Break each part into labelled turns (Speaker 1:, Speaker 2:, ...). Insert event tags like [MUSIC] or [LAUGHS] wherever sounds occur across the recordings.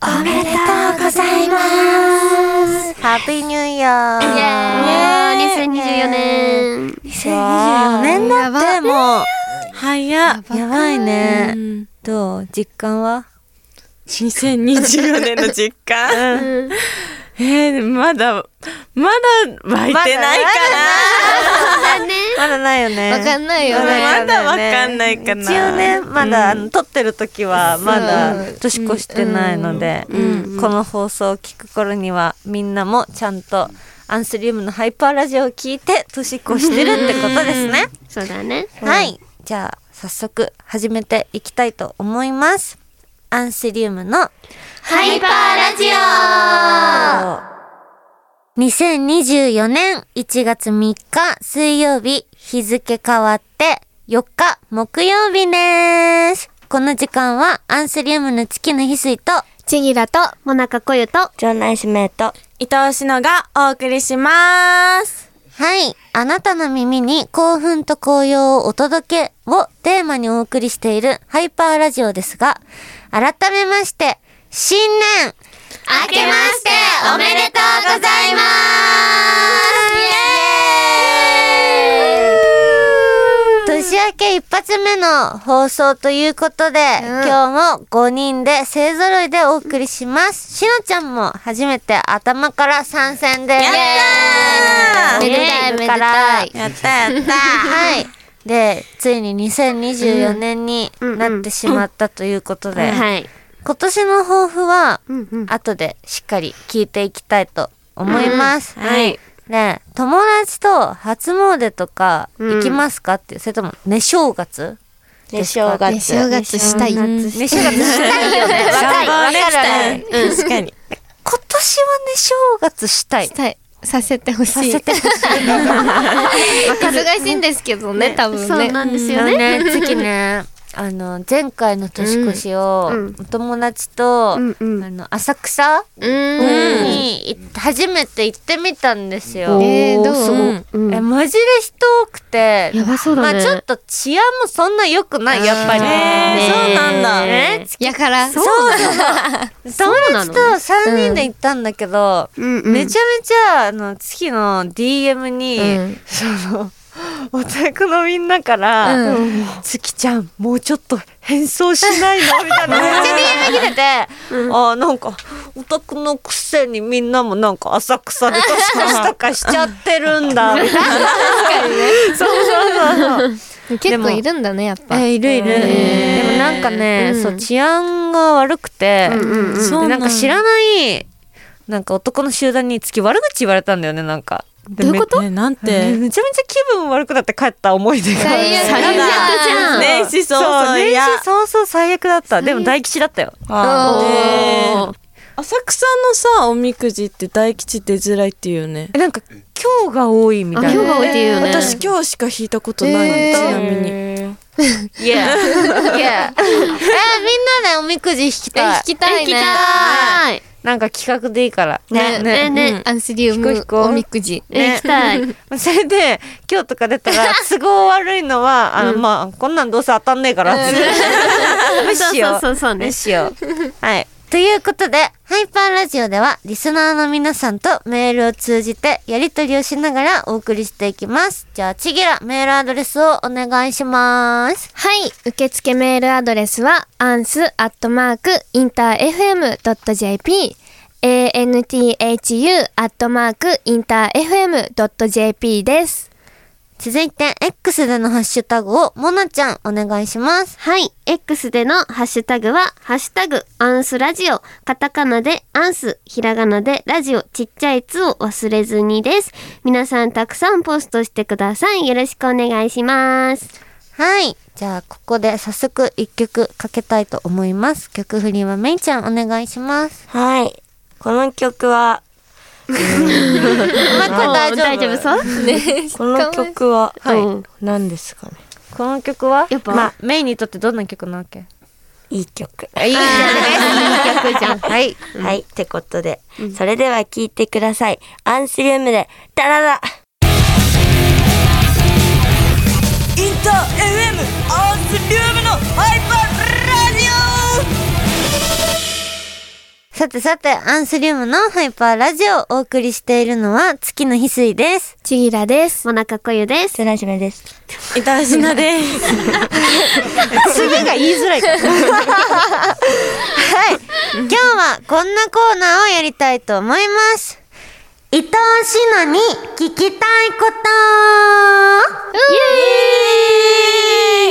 Speaker 1: おめでとうございます。ハッピーニューイヤ
Speaker 2: [LAUGHS]
Speaker 1: ー。
Speaker 2: イェーイ2024年
Speaker 1: 2024年だってもう、
Speaker 3: 早や
Speaker 1: やばいね。どう実感は
Speaker 3: 2024年の実家えー、まだまだ湧いてないか
Speaker 2: だね
Speaker 1: まだないよね。
Speaker 2: わかんないよ
Speaker 1: まだ
Speaker 2: ね
Speaker 1: ないよね
Speaker 3: まだわかんないかな
Speaker 1: 一応ね、まだ、あの撮ってる時は、まだ
Speaker 2: そう
Speaker 1: 年越してないので、この放送を聞く頃には、みんなもちゃんと、アンスリウムのハイパーラジオを聞いて、年越してるってことですね。
Speaker 2: そうだね
Speaker 1: はい。じゃあ、早速、始めていきたいと思います。アンスリウムの、
Speaker 2: ハイパーラジ
Speaker 1: 2024年1月3日水曜日日付変わって4日木曜日です。この時間はアンスリウムの月の翡翠と
Speaker 2: チギラとモナカコユと
Speaker 4: 城内指名と
Speaker 3: 伊藤しのがお送りします
Speaker 1: はい。あなたの耳に興奮と紅葉をお届けをテーマにお送りしているハイパーラジオですが、改めまして、新年
Speaker 2: 明けましておめでとうございます
Speaker 1: 年明け一発目の放送ということで、今日も5人で勢揃いでお送りします。しのちゃんも初めて頭から参戦です。
Speaker 3: やったー
Speaker 1: イエーイライブ
Speaker 2: めでたいめで
Speaker 1: から
Speaker 2: たい
Speaker 3: やったやった
Speaker 1: はい。で、ついに2024年になってしまったということで、
Speaker 2: はい
Speaker 1: 今年の抱負は、
Speaker 2: うんうん
Speaker 1: 後でしっかり聞いていきたいと思います。
Speaker 3: うんはい。
Speaker 1: ね、友達と初詣とか
Speaker 2: うん
Speaker 1: 行きますかっていう、それとも寝正月
Speaker 4: ね正
Speaker 2: ね
Speaker 4: 月
Speaker 2: 正月したい
Speaker 1: 寝正月したいよね。若い、わかる。
Speaker 3: ね確かに
Speaker 1: 今年は寝正月したい。
Speaker 2: したいさせてほし
Speaker 1: さ
Speaker 2: い
Speaker 1: せてほしいね。
Speaker 2: 忙しいんですけどね多分ねそうなんです
Speaker 1: あのね、次ね、あの、前回の年越しを、
Speaker 2: うん
Speaker 1: お友達と、
Speaker 2: うんうん
Speaker 1: あの、浅草
Speaker 2: うん
Speaker 1: に行って初めて行ってみたんですよ。
Speaker 2: えーどう
Speaker 1: すごい
Speaker 2: うん
Speaker 1: え、マジで人多くて、
Speaker 2: やばそうだね
Speaker 1: まあちょっと治安もそんな良くない、やっぱり。
Speaker 3: あーねーそうなんだ
Speaker 1: ね
Speaker 2: やからそう
Speaker 1: 友達と3人で行ったんだけど、
Speaker 2: うんうん
Speaker 1: めちゃめちゃあの月の DM に、
Speaker 2: うん
Speaker 1: そのお宅のみんなから「月ちゃんもうちょっと変装しないの?」みたいなめっちゃ DM 来てて、あーなんかお宅のくせにみんなもなんか浅草で年越しとかしちゃってるんだみたいな [LAUGHS] そうそうそうそう。
Speaker 2: 結構いるんだねやっぱ
Speaker 1: えいるいる、でもなんかね、
Speaker 2: うん
Speaker 1: そう治安が悪くて、
Speaker 2: うん
Speaker 3: そうな
Speaker 1: で
Speaker 3: ん
Speaker 1: なんか知らないなんか男の集団につき悪口言われたんだよねなんかど
Speaker 2: どういうこと
Speaker 3: ねなん
Speaker 1: め
Speaker 3: て
Speaker 1: めちゃめちゃ気分悪くなって帰った思い出が
Speaker 2: 最悪
Speaker 3: 最悪
Speaker 2: じゃん
Speaker 3: 年始
Speaker 1: そう
Speaker 3: 早々
Speaker 1: 年
Speaker 3: や
Speaker 1: 始早々最悪だったでも大吉だったよ
Speaker 3: あー
Speaker 2: おー
Speaker 3: ね浅草のさおみくじって大吉出づらいっていうね
Speaker 1: えなんか今日が多いみたいな
Speaker 2: あ今日が多いっていうね
Speaker 3: 私今日しか引いたことないの、
Speaker 2: えー
Speaker 3: ち
Speaker 2: [LAUGHS]
Speaker 3: なみに
Speaker 1: いやいやえーみんなでおみくじ引きたい
Speaker 2: 引きたいねい
Speaker 1: [LAUGHS] なんか企画でいいから
Speaker 2: ねねねアンスリウ
Speaker 1: 引こ
Speaker 2: ム
Speaker 1: う引こう
Speaker 2: おみくじ
Speaker 1: ね
Speaker 2: 行きたい [LAUGHS]
Speaker 1: それで今日とか出たら都合悪いのはあの、まあこんなんどうせ当たんねえからって [LAUGHS] 無視しよう
Speaker 2: そうそうそうそうね
Speaker 1: 無視しようはいということでハイパーラジオではリスナーの皆さんとメールを通じてやり取りをしながらお送りしていきますじゃあちぎらメールアドレスをお願いします
Speaker 5: はい。受付メールアドレスは、ans.interfm.jp、anthu.interfm.jp です。
Speaker 1: 続いて X でのハッシュタグをもなちゃんお願いします
Speaker 5: はい。X でのハッシュタグは、ハッシュタグ、アンスラジオ、カタカナでアンス、ひらがなでラジオ、ちっちゃいつを忘れずにです。皆さんたくさんポストしてください。よろしくお願いします。
Speaker 1: はいじゃあここで早速一曲かけたいと思います曲振りはめいちゃんお願いします
Speaker 4: はいこの曲は
Speaker 1: まこれ大丈夫
Speaker 2: そうね
Speaker 4: この曲は
Speaker 1: はい
Speaker 4: うん何ですかね
Speaker 1: この曲は
Speaker 5: やっぱ
Speaker 1: まあメイにとってどんな曲なわけ
Speaker 4: いい曲
Speaker 1: いいじゃないいい曲じゃんはい
Speaker 4: はいってことでそれでは聴いてくださいアンスリウムでダラダ
Speaker 6: インター FM アースリウムのハイパーラジオ
Speaker 1: 早さてさて、アンスリウムのハイパーラジオをお送りしているのは、月の翡翠です。
Speaker 2: ちぎらです。もなかこゆです。
Speaker 1: つらしめです。
Speaker 3: いたしなです。
Speaker 7: 次が言いづらいから。
Speaker 1: はい。今日はこんなコーナーをやりたいと思います。伊藤しのに聞きたいこと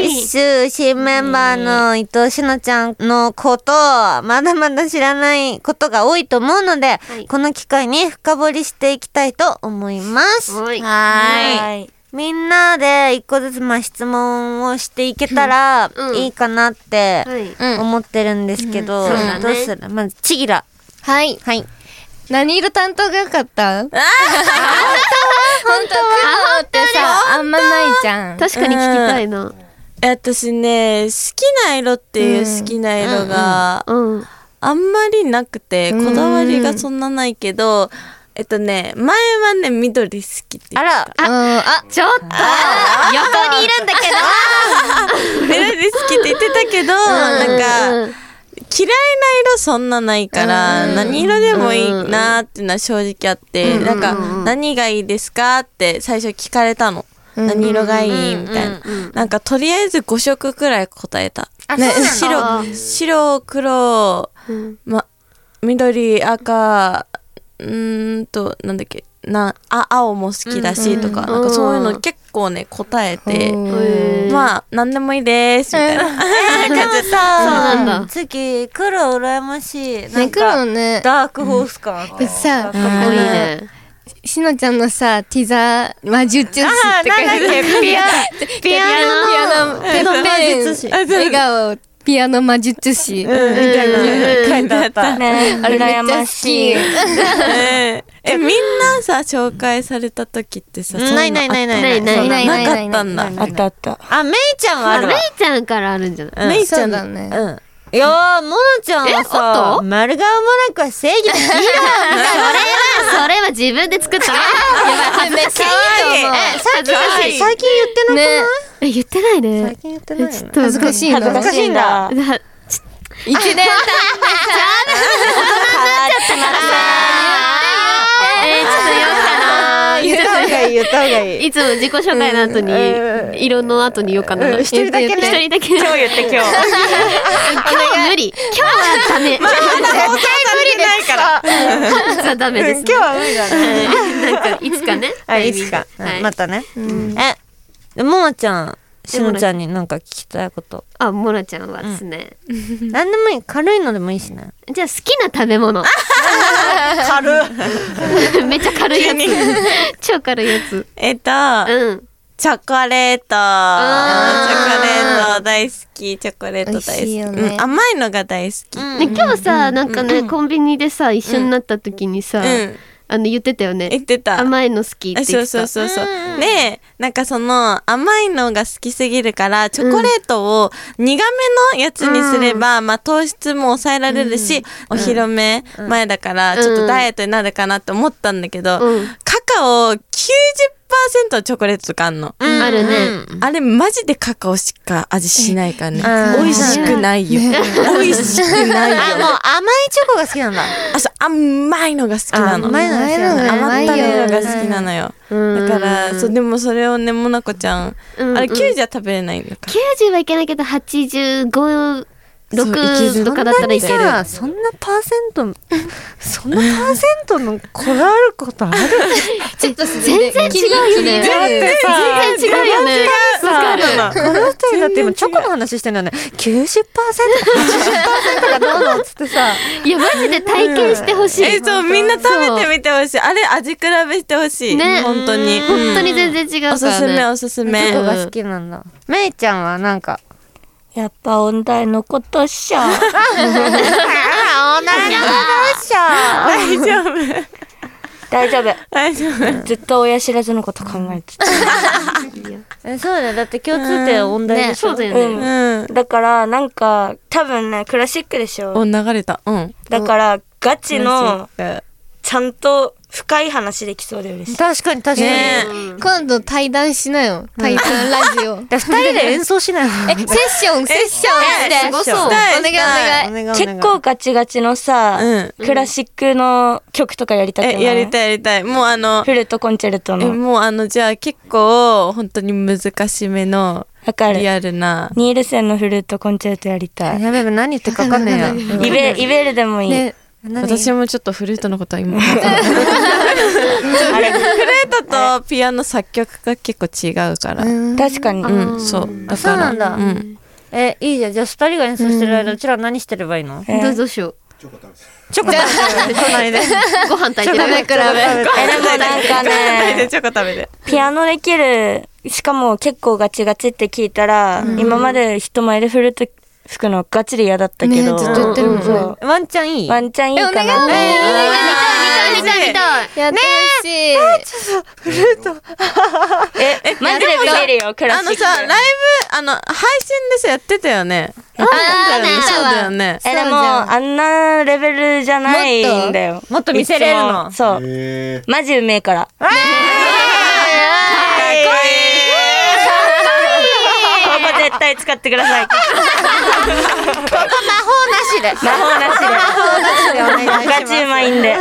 Speaker 1: イエーイ週新メンバーの伊藤しのちゃんのことをまだまだ知らないことが多いと思うので、
Speaker 2: い
Speaker 1: この機会に深掘りしていきたいと思います。
Speaker 2: はい
Speaker 1: はい。みんなで一個ずつまあ質問をしていけたら
Speaker 2: うん
Speaker 1: いいかなって
Speaker 2: はい
Speaker 1: 思ってるんですけど、
Speaker 2: だね
Speaker 1: どうするまずちぎら。
Speaker 5: はい。
Speaker 1: はい。
Speaker 5: 何色担当が良かった本当本当黒ってさ、あんまないじゃん。
Speaker 2: 確かに聞きたいな。
Speaker 3: 私ね、好きな色っていう好きな色が
Speaker 2: うん。
Speaker 3: あんまりなくて、
Speaker 5: うん
Speaker 3: こだわりがそんなないけど、えっとね、前はね、緑好きって
Speaker 1: あ
Speaker 3: 言って
Speaker 1: ら、
Speaker 5: あ、あ、ちょっと横にいるんだけど
Speaker 3: 緑好きって言ってたけど、なんか、
Speaker 2: うん
Speaker 3: 嫌いな色そんなないから、何色でもいいなーってのは正直あって、なんか、何がいいですかって最初聞かれたの。何色がいいみたいな、なんかとりあえず5色くらい答えた。ね、白、白、黒、ま、緑、赤、うーんと、なんだっけ、な、あ、青も好きだしとか、なんかそういうの結構ね、答えて、まあ、何でもいいです、みたいな。感じだった
Speaker 2: そうなんだ。
Speaker 1: 次、黒羨ましい。なん
Speaker 5: ね、
Speaker 1: か、
Speaker 5: 黒ね。
Speaker 1: ダークホース感あった。
Speaker 2: か
Speaker 5: さ、
Speaker 2: っこいいね。
Speaker 5: しのちゃんのさ、ティザー魔術師って書いてある。ピア、ピアノ、ピアノ、ペンペン、笑顔、ピアノ魔術師。
Speaker 3: みたいな書いてあった。
Speaker 1: ね、
Speaker 5: あれめっ
Speaker 1: 羨
Speaker 5: ちゃ
Speaker 1: ま
Speaker 5: 好
Speaker 1: し
Speaker 5: き
Speaker 1: い。。
Speaker 3: え、みんなさ、紹介された時ってさ、そん
Speaker 1: ないないないない
Speaker 2: ない
Speaker 1: ない。
Speaker 2: ない。
Speaker 5: な
Speaker 3: な
Speaker 5: いない
Speaker 3: か
Speaker 5: な
Speaker 3: っ
Speaker 5: い
Speaker 3: た
Speaker 5: なん
Speaker 3: だ。
Speaker 5: い。
Speaker 3: あったあった。
Speaker 1: あ、メイちゃんはあ
Speaker 2: あ、
Speaker 1: る
Speaker 2: めい
Speaker 1: わ。
Speaker 2: ちゃんからあるんじゃない
Speaker 3: めいち
Speaker 5: そ
Speaker 3: ゃ
Speaker 5: うんだね。
Speaker 3: うん。
Speaker 1: いやー、ももちゃんは
Speaker 2: えあっ
Speaker 1: さ、
Speaker 2: た
Speaker 1: 丸顔もなくは正義の
Speaker 2: [LAUGHS]
Speaker 1: ヒーローみたいな。
Speaker 5: [LAUGHS]
Speaker 2: それは自分で作ったの。
Speaker 5: めっちゃいいと思う。
Speaker 1: え、最近だし、最近言ってない
Speaker 5: ね、
Speaker 2: え、言ってないね。
Speaker 1: 最近言ってない
Speaker 2: ち
Speaker 1: よ
Speaker 2: ょっ
Speaker 1: ね。
Speaker 2: と
Speaker 5: 恥ずかしいな。
Speaker 1: 恥ずかしいんだ。
Speaker 2: だ
Speaker 5: 一年経って
Speaker 2: えー、ちょっと言おうかな。
Speaker 7: 言った方がいい、言った方がいい。
Speaker 2: いつも自己紹介の後に、色の後に言おうかな。一
Speaker 7: 一人だけね
Speaker 2: 人だけ。今
Speaker 7: 今日言って今日。
Speaker 2: 日無理。今日はダメ。
Speaker 7: 放送されてないから。
Speaker 2: 本日はダメで
Speaker 7: 今
Speaker 2: す
Speaker 7: 日。は無理だね。
Speaker 2: なんか、いつかね。
Speaker 7: あ、いいっすか。
Speaker 2: はい
Speaker 1: またね。え、ももちゃん、しのちゃんになんか聞きたいこと。
Speaker 2: あ、モラちゃんはですね。
Speaker 1: なんでもいい。軽いのでもいいしね。
Speaker 2: じゃあ、好きな食べ物。
Speaker 7: 軽っ。
Speaker 2: めっちゃ軽いやつ。超軽いやつ。
Speaker 3: えっと、
Speaker 2: うん。
Speaker 3: チョコレート。チョコレート大好き。チョコレート
Speaker 5: 美
Speaker 3: 大
Speaker 5: 味しいよ
Speaker 3: 好き。
Speaker 5: ね
Speaker 3: うん甘いのが大好き。
Speaker 2: ね、今日さ、なんかね、コンビニでさ、一緒になった時にさ、
Speaker 3: うん
Speaker 2: あの、言ってたよ
Speaker 3: 言っ
Speaker 2: ね。
Speaker 3: てた。
Speaker 2: 甘いの好きって言って
Speaker 3: そう
Speaker 2: た。
Speaker 3: そうそうそう。で、なんかその甘いのが好きすぎるから、チョコレートを苦めのやつにすれば、まあ糖質も抑えられるし、お披露目前だから、ちょっとダイエットになるかなって思ったんだけど、
Speaker 2: うん
Speaker 3: カカオ90%チョコレートとかあんの。
Speaker 2: あるね。
Speaker 3: あれマジでカカオしか味しないから
Speaker 1: う
Speaker 3: ね。
Speaker 1: ん
Speaker 3: 美味しくないよ。美味しくない
Speaker 1: あ、も
Speaker 3: よ。
Speaker 1: う甘いチョコが好きなんだ。
Speaker 3: あ、そう、甘いのが好きなの。
Speaker 1: 甘いのが好きなんだ。
Speaker 5: 甘
Speaker 3: 甘
Speaker 5: い
Speaker 3: った
Speaker 5: よ
Speaker 3: れるのが好きなのよ。
Speaker 2: うん
Speaker 3: だから、そう、でもそれをね、もなこちゃん、
Speaker 2: うん
Speaker 3: あれ、9じゃ食べれないのか。
Speaker 2: 90はいけないけど85、
Speaker 3: そういけ
Speaker 2: 6
Speaker 3: る
Speaker 2: とかだったらいける。
Speaker 1: さそんなパーセント、 [LAUGHS] そんなパーセントのこだわることある
Speaker 5: ちょっと全然違うよね。
Speaker 2: 全然違うよね。わかる。
Speaker 1: この人だって今チョコの話してるのね。90%、80%がどうのっつってさ。
Speaker 2: いや、マジで体験してほしい。
Speaker 3: え、そう、みんな食べてみてほしい。あれ、味比べしてほしい。
Speaker 2: ね
Speaker 3: 本当に。
Speaker 2: 本当に
Speaker 3: うん
Speaker 2: 全然違うからね。
Speaker 3: おすすめ、
Speaker 1: チ
Speaker 3: おすすめ。
Speaker 1: ョコが好きなんだ。めいちゃんはなんか。
Speaker 4: やっぱ音大のことっしょ。
Speaker 1: あ、同じことっしょ。
Speaker 3: 大丈夫。
Speaker 4: 大丈夫。
Speaker 3: 大丈夫。
Speaker 4: ずっと親知らずのこと考えてた。
Speaker 1: えそうだよ。だって共通点は音大でしょ。
Speaker 2: そうだよ
Speaker 4: う
Speaker 2: ね。
Speaker 4: ん。
Speaker 3: うん。
Speaker 4: だから、なんか、多分ね、クラシックでしょ。
Speaker 3: お、流れた。うん。
Speaker 4: だから、ガチの、ちゃんと深い話できそうで嬉しい。
Speaker 7: 確かに確かに。
Speaker 3: ね
Speaker 5: 今度対談しなよ。対談ラジオ。
Speaker 7: で二人で演奏しないの。
Speaker 5: え、セッション、セッションして。
Speaker 7: すごそう
Speaker 5: お願いお願い。
Speaker 7: 願いお願い
Speaker 4: 結構ガチガチのさ、
Speaker 3: うん
Speaker 4: クラシックの曲とかやりたくない
Speaker 3: え、やりたいやりたい。もうあの、
Speaker 4: フルートコンチェルト
Speaker 3: え、
Speaker 4: の。
Speaker 3: もうあの、じゃあ結構、本当に難しめの、
Speaker 4: わかる
Speaker 3: リ。アルな。
Speaker 4: ニールセンのフルートコンチェルトやりたい。
Speaker 7: やべえ何言ってるかわかんねえや。
Speaker 4: イベ、イベルでもいい。
Speaker 5: ね
Speaker 3: 私もちょっとフルートのことは今。あれ、フルー [LAUGHS] トとピアノ作曲が結構違うから。
Speaker 4: 確かに。
Speaker 3: うん、そう。だ
Speaker 7: そ
Speaker 3: か
Speaker 7: うな
Speaker 3: ら。
Speaker 7: んだ
Speaker 3: うん。
Speaker 7: え、いいじゃん。じゃあ二人が演奏してる間、うちら何してればいいの
Speaker 4: えー
Speaker 5: どうどうしよう。
Speaker 7: チョコ食べてる隣で。
Speaker 3: [LAUGHS]
Speaker 5: ご飯炊いてる。
Speaker 7: べ
Speaker 4: えでもなんかね、
Speaker 3: チョコ食べて。
Speaker 4: ピアノできる、しかも結構ガチガチって聞いたら、今まで人前でフルート吹くのガチで嫌だったけど。
Speaker 5: ねずっと言ってるもんね
Speaker 4: そう
Speaker 7: ワンちゃんいい
Speaker 4: ワンチャンいいかな。
Speaker 2: 見たい見たい見たい
Speaker 5: やってほしい。ね
Speaker 4: え、えマジで見れるよ、クラ
Speaker 3: あ
Speaker 4: シッ
Speaker 3: の
Speaker 4: ク。
Speaker 3: さ、ライブ、あの、配信でさ、やってたよね。あ、そうだよね。
Speaker 4: え、でも、あんなレベルじゃないんだよ。
Speaker 7: もっと見せれるの
Speaker 4: いつもそう。
Speaker 8: え
Speaker 4: マジうめえから。ここ絶対使ってください。ここ魔法なしで。魔法なしで。魔法なしで。ガチうまいんで。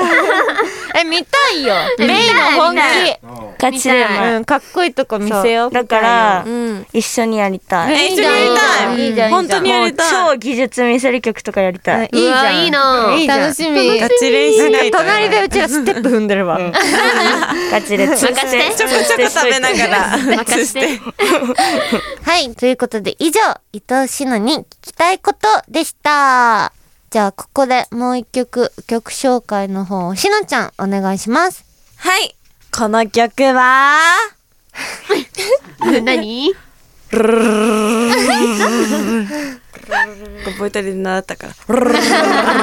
Speaker 7: え、見たいよ。メイの本気。
Speaker 4: ガチでうまい。
Speaker 7: うん、かっこいいとこ見せよう。
Speaker 4: だから、
Speaker 3: ん
Speaker 4: 一緒にやりた
Speaker 3: え、
Speaker 4: い。
Speaker 3: 一緒にやりたい。
Speaker 7: いいじゃん。
Speaker 3: 本当にやりたい。
Speaker 4: もう超技術見せる曲とかやりたい。
Speaker 7: いいじゃん。いいな。いいじゃん。
Speaker 5: 楽しみ。
Speaker 3: ガチ練習
Speaker 7: なんか隣でうちらステップ踏んでれば。
Speaker 4: ガチで通して。
Speaker 3: ちょこちょこ食べな
Speaker 1: [LAUGHS]
Speaker 3: がら。
Speaker 2: 任せて
Speaker 1: はい。ということで、以上、伊藤しのに聞きたいことでした。じゃあ、ここでもう一曲、曲紹介の方をしのちゃん、お願いします。
Speaker 3: はい。この曲は、
Speaker 2: 何
Speaker 3: 覚えたりで習ったから。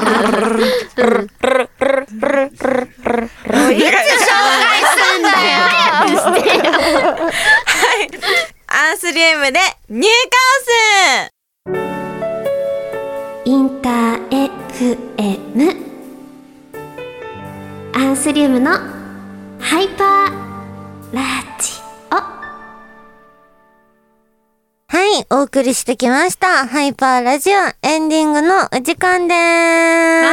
Speaker 3: アンスリウムでニューカオス
Speaker 2: インター FM アンスリウムのハイパーラジオ
Speaker 1: はい。お送りしてきました。ハイパーラジオエンディングのお時間でー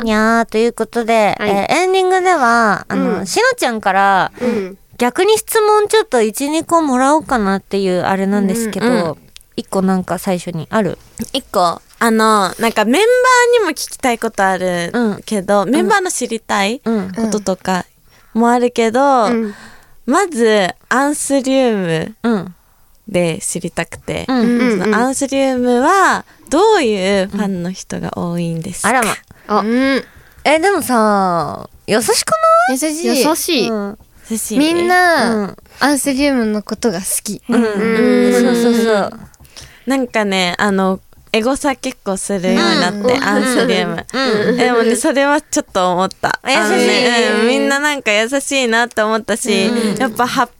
Speaker 1: す。にゃーということで、
Speaker 2: はい
Speaker 1: えーエンディングでは、あの、しのちゃんから、逆に質問ちょっと1、2個もらおうかなっていうあれなんですけど、
Speaker 3: うんうん
Speaker 1: 1個なんか最初にある
Speaker 3: 一個あのなんかメンバーにも聞きたいことある
Speaker 1: うん
Speaker 3: けど、メンバーの知りたいこ
Speaker 1: うん
Speaker 3: ととかもあるけど、まずアンスリウム
Speaker 1: うん。
Speaker 3: で知りたくて、
Speaker 1: うん
Speaker 3: そのアンスリウムはどういうファンの人が多いんですか、
Speaker 1: あらま。
Speaker 5: うん。
Speaker 1: え、でもさ、優しく
Speaker 5: 優しい。
Speaker 2: 優しい、
Speaker 1: ない、
Speaker 3: 寿司
Speaker 5: みん
Speaker 1: う
Speaker 5: な、
Speaker 1: ん。
Speaker 5: アンスリウムのことが好き。
Speaker 1: うん。そうそうそう。
Speaker 3: なんかねあのエゴサ結構するようになって、アンスリウム、でもねそれはちょっと思った
Speaker 1: 優しい
Speaker 3: あのねうんみんななんか優しいなって思ったし、やっぱ発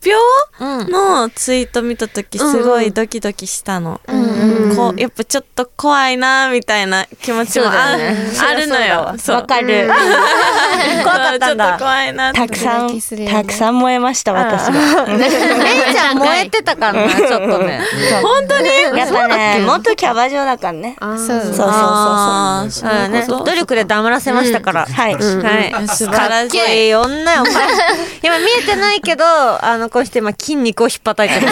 Speaker 3: 表のツイート見た時すごいドキドキしたの、こうやっぱちょっと怖いなみたいな気持ちもあ,、あるのよそう
Speaker 4: わかる。
Speaker 3: 怖かったんだちょっと怖いなって
Speaker 4: たくさ
Speaker 5: ド
Speaker 4: ん
Speaker 5: キドキする、よね
Speaker 4: たくさん燃えました、私が。
Speaker 1: めいちゃん燃えてたからな、ちょっとね。
Speaker 3: 本当に
Speaker 4: やっぱね、元キャバ嬢だからね。そう
Speaker 5: そう。
Speaker 4: そうそうそう。
Speaker 3: あーそう
Speaker 1: うんね、努力で黙らせましたから。
Speaker 4: はい。
Speaker 1: はい。
Speaker 3: 素晴
Speaker 1: かっ
Speaker 3: らし
Speaker 1: け
Speaker 3: い
Speaker 1: え女よ、お前。今見えてないけど、あの、こうして今筋肉を引っ叩 [LAUGHS] いてる。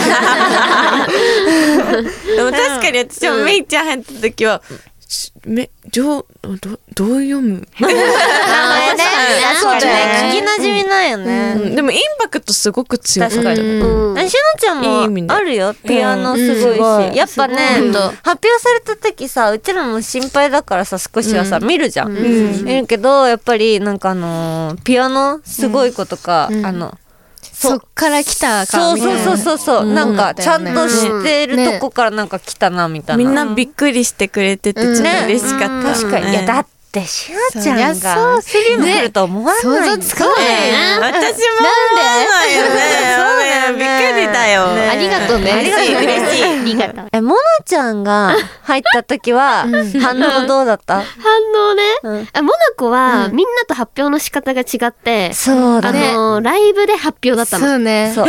Speaker 3: でも確かに私もメイちゃん入った時は、しめ、じょう、ど、どう読む、
Speaker 1: 名前ね。あそうだよね。聞き馴染みないよね。
Speaker 3: うんでもインパクトすごく強かった。
Speaker 1: えしのちゃ
Speaker 3: いい意
Speaker 1: ん
Speaker 3: 味
Speaker 1: も
Speaker 3: で
Speaker 1: あるよピアノすごいし、やっぱね発表された時さうちらも心配だからさ少しはさ、見るじゃん、見るけどやっぱりなんかあのーピアノすごい子とか、あの
Speaker 5: そっから来たか
Speaker 1: そう
Speaker 5: みたい
Speaker 1: そう
Speaker 5: な。
Speaker 1: そうそうそう、なんかちゃんとしてる
Speaker 5: ね
Speaker 1: とこからなんか来たなみたいな、
Speaker 3: みんなびっくりしてくれてて、ちょっと嬉しかった。
Speaker 1: 確かに、いやだ
Speaker 3: っ
Speaker 1: ってってしなちゃんがスリム来ると思わない
Speaker 5: 想像つかな
Speaker 3: 私も
Speaker 5: い
Speaker 3: 思わないよね。そうね。びっくりだよ。
Speaker 5: ありがとうね。
Speaker 1: ありがとう
Speaker 3: 嬉しい。
Speaker 2: ありがとう。
Speaker 1: え、モナちゃんが入った時は、反応どうだった
Speaker 2: 反応ね。あモナコは、みんなと発表の仕方が違って、
Speaker 1: そう
Speaker 2: あ
Speaker 1: だね。
Speaker 2: の、ライブで発表だった
Speaker 5: そ
Speaker 2: の。
Speaker 5: うね。
Speaker 1: そう。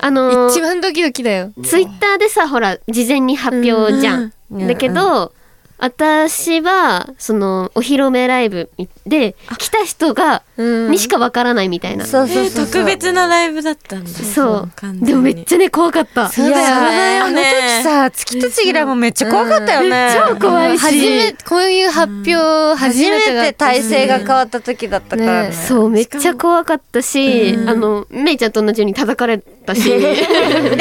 Speaker 2: あの、
Speaker 5: 一番ドキドキだよ。
Speaker 2: ツイッターでさ、ほら、事前に発表じゃん。
Speaker 1: うん
Speaker 2: だけど、私は、その、お披露目ライブで、来た人が、にしかわからないみたいな。
Speaker 1: そうそうそう。
Speaker 3: 特別なライブだったんだ。
Speaker 2: そう
Speaker 3: 完全。に
Speaker 2: でもめっちゃね、怖かった。
Speaker 5: そうだよね。
Speaker 1: あの時さ、月とちぎらもめっちゃ怖かったよね。
Speaker 2: 超怖いし。
Speaker 5: 初めこういう発表初
Speaker 1: 初め
Speaker 5: めてだ
Speaker 1: て
Speaker 5: った
Speaker 1: 体制が変わった時だったからね。
Speaker 2: そう、めっちゃ怖かったし、あの、めいちゃんと同じように叩かれたし。
Speaker 1: でも、あん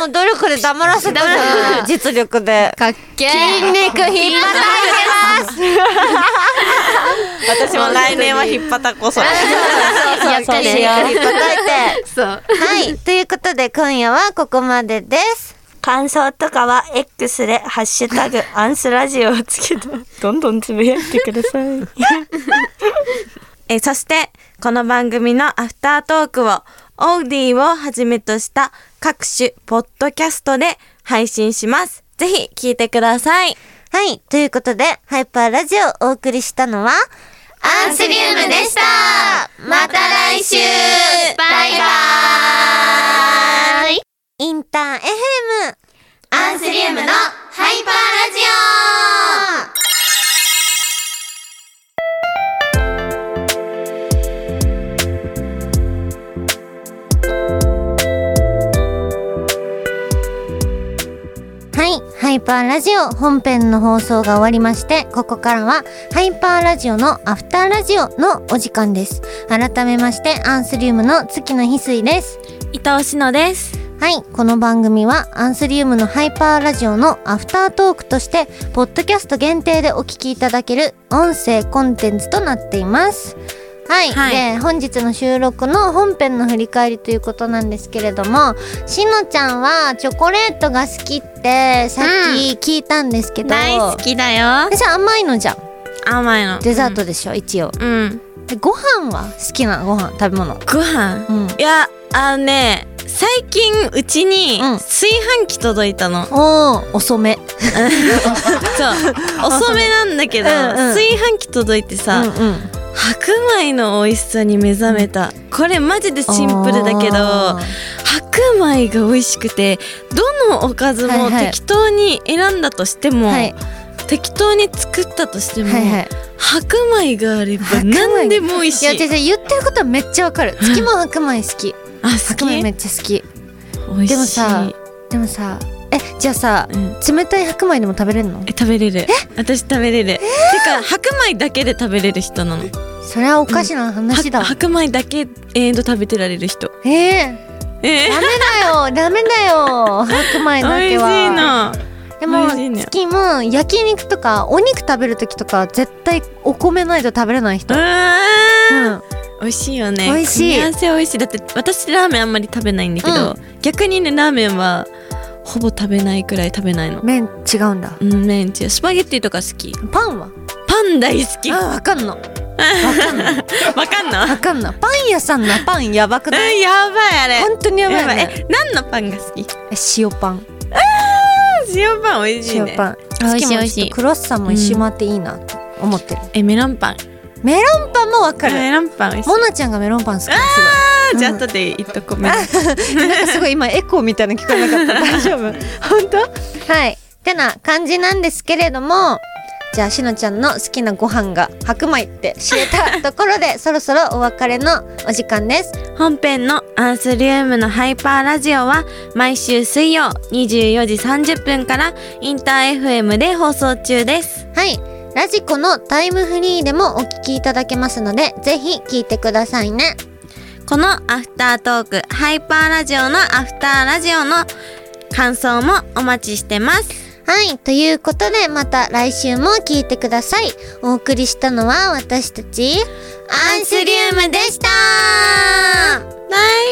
Speaker 1: たも努力で黙らせたじゃん。実力で。
Speaker 5: かっけ
Speaker 1: 筋
Speaker 5: え
Speaker 1: 肉引っ張ってます。
Speaker 3: 私も来年はひっぱたこそ。
Speaker 1: やっぱり引っ張って。
Speaker 2: [LAUGHS] そう。
Speaker 1: はい。ということで、今夜はここまでです。
Speaker 4: 感想とかは X でハッシュ
Speaker 3: [LAUGHS]
Speaker 4: タグアンスラジオをつけて、どんどんつぶやいてください。
Speaker 3: [LAUGHS] えーそして、この番組のアフタートークを、オーディをはじめとした各種ポッドキャストで配信します。ぜひ聞いてください。
Speaker 1: はい。ということで、ハイパーラジオをお送りしたのは、アンスリウムでしたまた来週
Speaker 2: バイバーイ
Speaker 1: インター FM!
Speaker 2: アンスリウムのハイパーラジオ
Speaker 1: はい。ハイパーラジオ本編の放送が終わりまして、ここからは、ハイパーラジオのアフターラジオのお時間です。改めまして、アンスリウムの月野翡翠です。
Speaker 3: 伊藤しのです。
Speaker 1: はい。この番組は、アンスリウムのハイパーラジオのアフタートークとして、ポッドキャスト限定でお聞きいただける音声コンテンツとなっています。はい、で本日の収録の本編の振り返りということなんですけれどもしのちゃんはチョコレートが好きってさっき聞いたんですけど、
Speaker 3: 大好きだよ。
Speaker 1: 私甘いのじゃん
Speaker 3: 甘いの。
Speaker 1: デザートでしょ、一応
Speaker 3: うん。
Speaker 1: でご飯は好きなご飯食べ物
Speaker 3: ご飯
Speaker 1: うん
Speaker 3: いや、あのね、最近うちに
Speaker 1: うん
Speaker 3: 炊飯器届い
Speaker 1: [LAUGHS]
Speaker 3: たの。
Speaker 1: おー遅め
Speaker 3: そう。遅めなんだけど、
Speaker 1: うんうん
Speaker 3: 炊飯器届いてさ、
Speaker 1: うんうん
Speaker 3: 白米の美味しさに目覚めたこれマジでシンプルだけど
Speaker 1: あー
Speaker 3: 白米が美味しくてどのおかず
Speaker 1: は
Speaker 3: も
Speaker 1: いはい
Speaker 3: 適当に選んだとしても、
Speaker 1: はい
Speaker 3: 適当に作ったとしても、
Speaker 1: はいはい
Speaker 3: 白米があれば
Speaker 1: 白米
Speaker 3: 何でも美味し
Speaker 1: いや違う
Speaker 3: い
Speaker 1: 違う言ってることはめっちゃわかる月も白米好き
Speaker 3: あ好き
Speaker 1: 白米めっちゃ好き
Speaker 3: 美味しい
Speaker 1: でもさでもさえじゃあさ
Speaker 3: うん
Speaker 1: 冷たい白米でも食べれるの
Speaker 3: え食べれる私食べれる、てか白米だけで食べれる人なの
Speaker 1: それはおかしな話だ
Speaker 3: は
Speaker 1: わ
Speaker 3: 白米だけ永遠と食べてられる人
Speaker 1: ええ
Speaker 3: え
Speaker 1: ダメ
Speaker 3: [LAUGHS]
Speaker 1: だよダメだよ白米
Speaker 3: 美
Speaker 1: だ
Speaker 3: 味し
Speaker 1: け
Speaker 3: い
Speaker 1: は
Speaker 3: な
Speaker 1: でも
Speaker 3: 美味しいね
Speaker 1: 月も焼肉とかお肉食べる時とか絶対お米ないと食べれない人
Speaker 3: う
Speaker 1: う
Speaker 3: ーん
Speaker 1: ん
Speaker 3: 美味しいよね
Speaker 1: 美味しい
Speaker 3: 組み合わせ美味しいだって私ラーメンあんまり食べないんだけど、逆にねラーメンはほぼ食べないくらい食べないの
Speaker 1: 麺違うんだ
Speaker 3: うん麺違うスパゲッティとか好き
Speaker 1: パンは
Speaker 3: パン大好きわ
Speaker 1: あわかんのわ
Speaker 3: かんな
Speaker 1: かんのパン屋さんのパンやばくない
Speaker 3: うんやばいあれ
Speaker 1: 本当にやばいよね
Speaker 3: え何のパンが好き
Speaker 1: え塩パン
Speaker 3: 塩パン美味しいね
Speaker 1: 塩パン
Speaker 3: 美味しい
Speaker 1: 月も
Speaker 3: 美味
Speaker 1: ちょ
Speaker 3: し
Speaker 1: っ
Speaker 3: い
Speaker 1: とクロッサンも一周回っていいなと思ってる
Speaker 3: えメロンパン
Speaker 1: メロンパンもわかる
Speaker 3: メロンパン美味しい
Speaker 1: モナちゃんがメロンパン好きなのす
Speaker 3: あじゃあ後で言っとこう [LAUGHS] メロンパン
Speaker 1: ごいなんかすごい今エコーみたいなの聞こえなかった大 [LAUGHS] 丈夫本当はいてな感じなんですけれどもじゃあしのちゃんの好きなご飯が白米って知れたところでそろそろお別れのお時間です
Speaker 3: 本編のアンスリウムのハイパーラジオは毎週水曜24時30分からインター FM で放送中です
Speaker 1: はいラジコのタイムフリーでもお聞きいただけますのでぜひ聞いてくださいね
Speaker 3: このアフタートークハイパーラジオのアフターラジオの感想もお待ちしてます
Speaker 1: はい。ということで、また来週も聞いてください。お送りしたのは私たち、アンスリウムでした
Speaker 3: バイバイ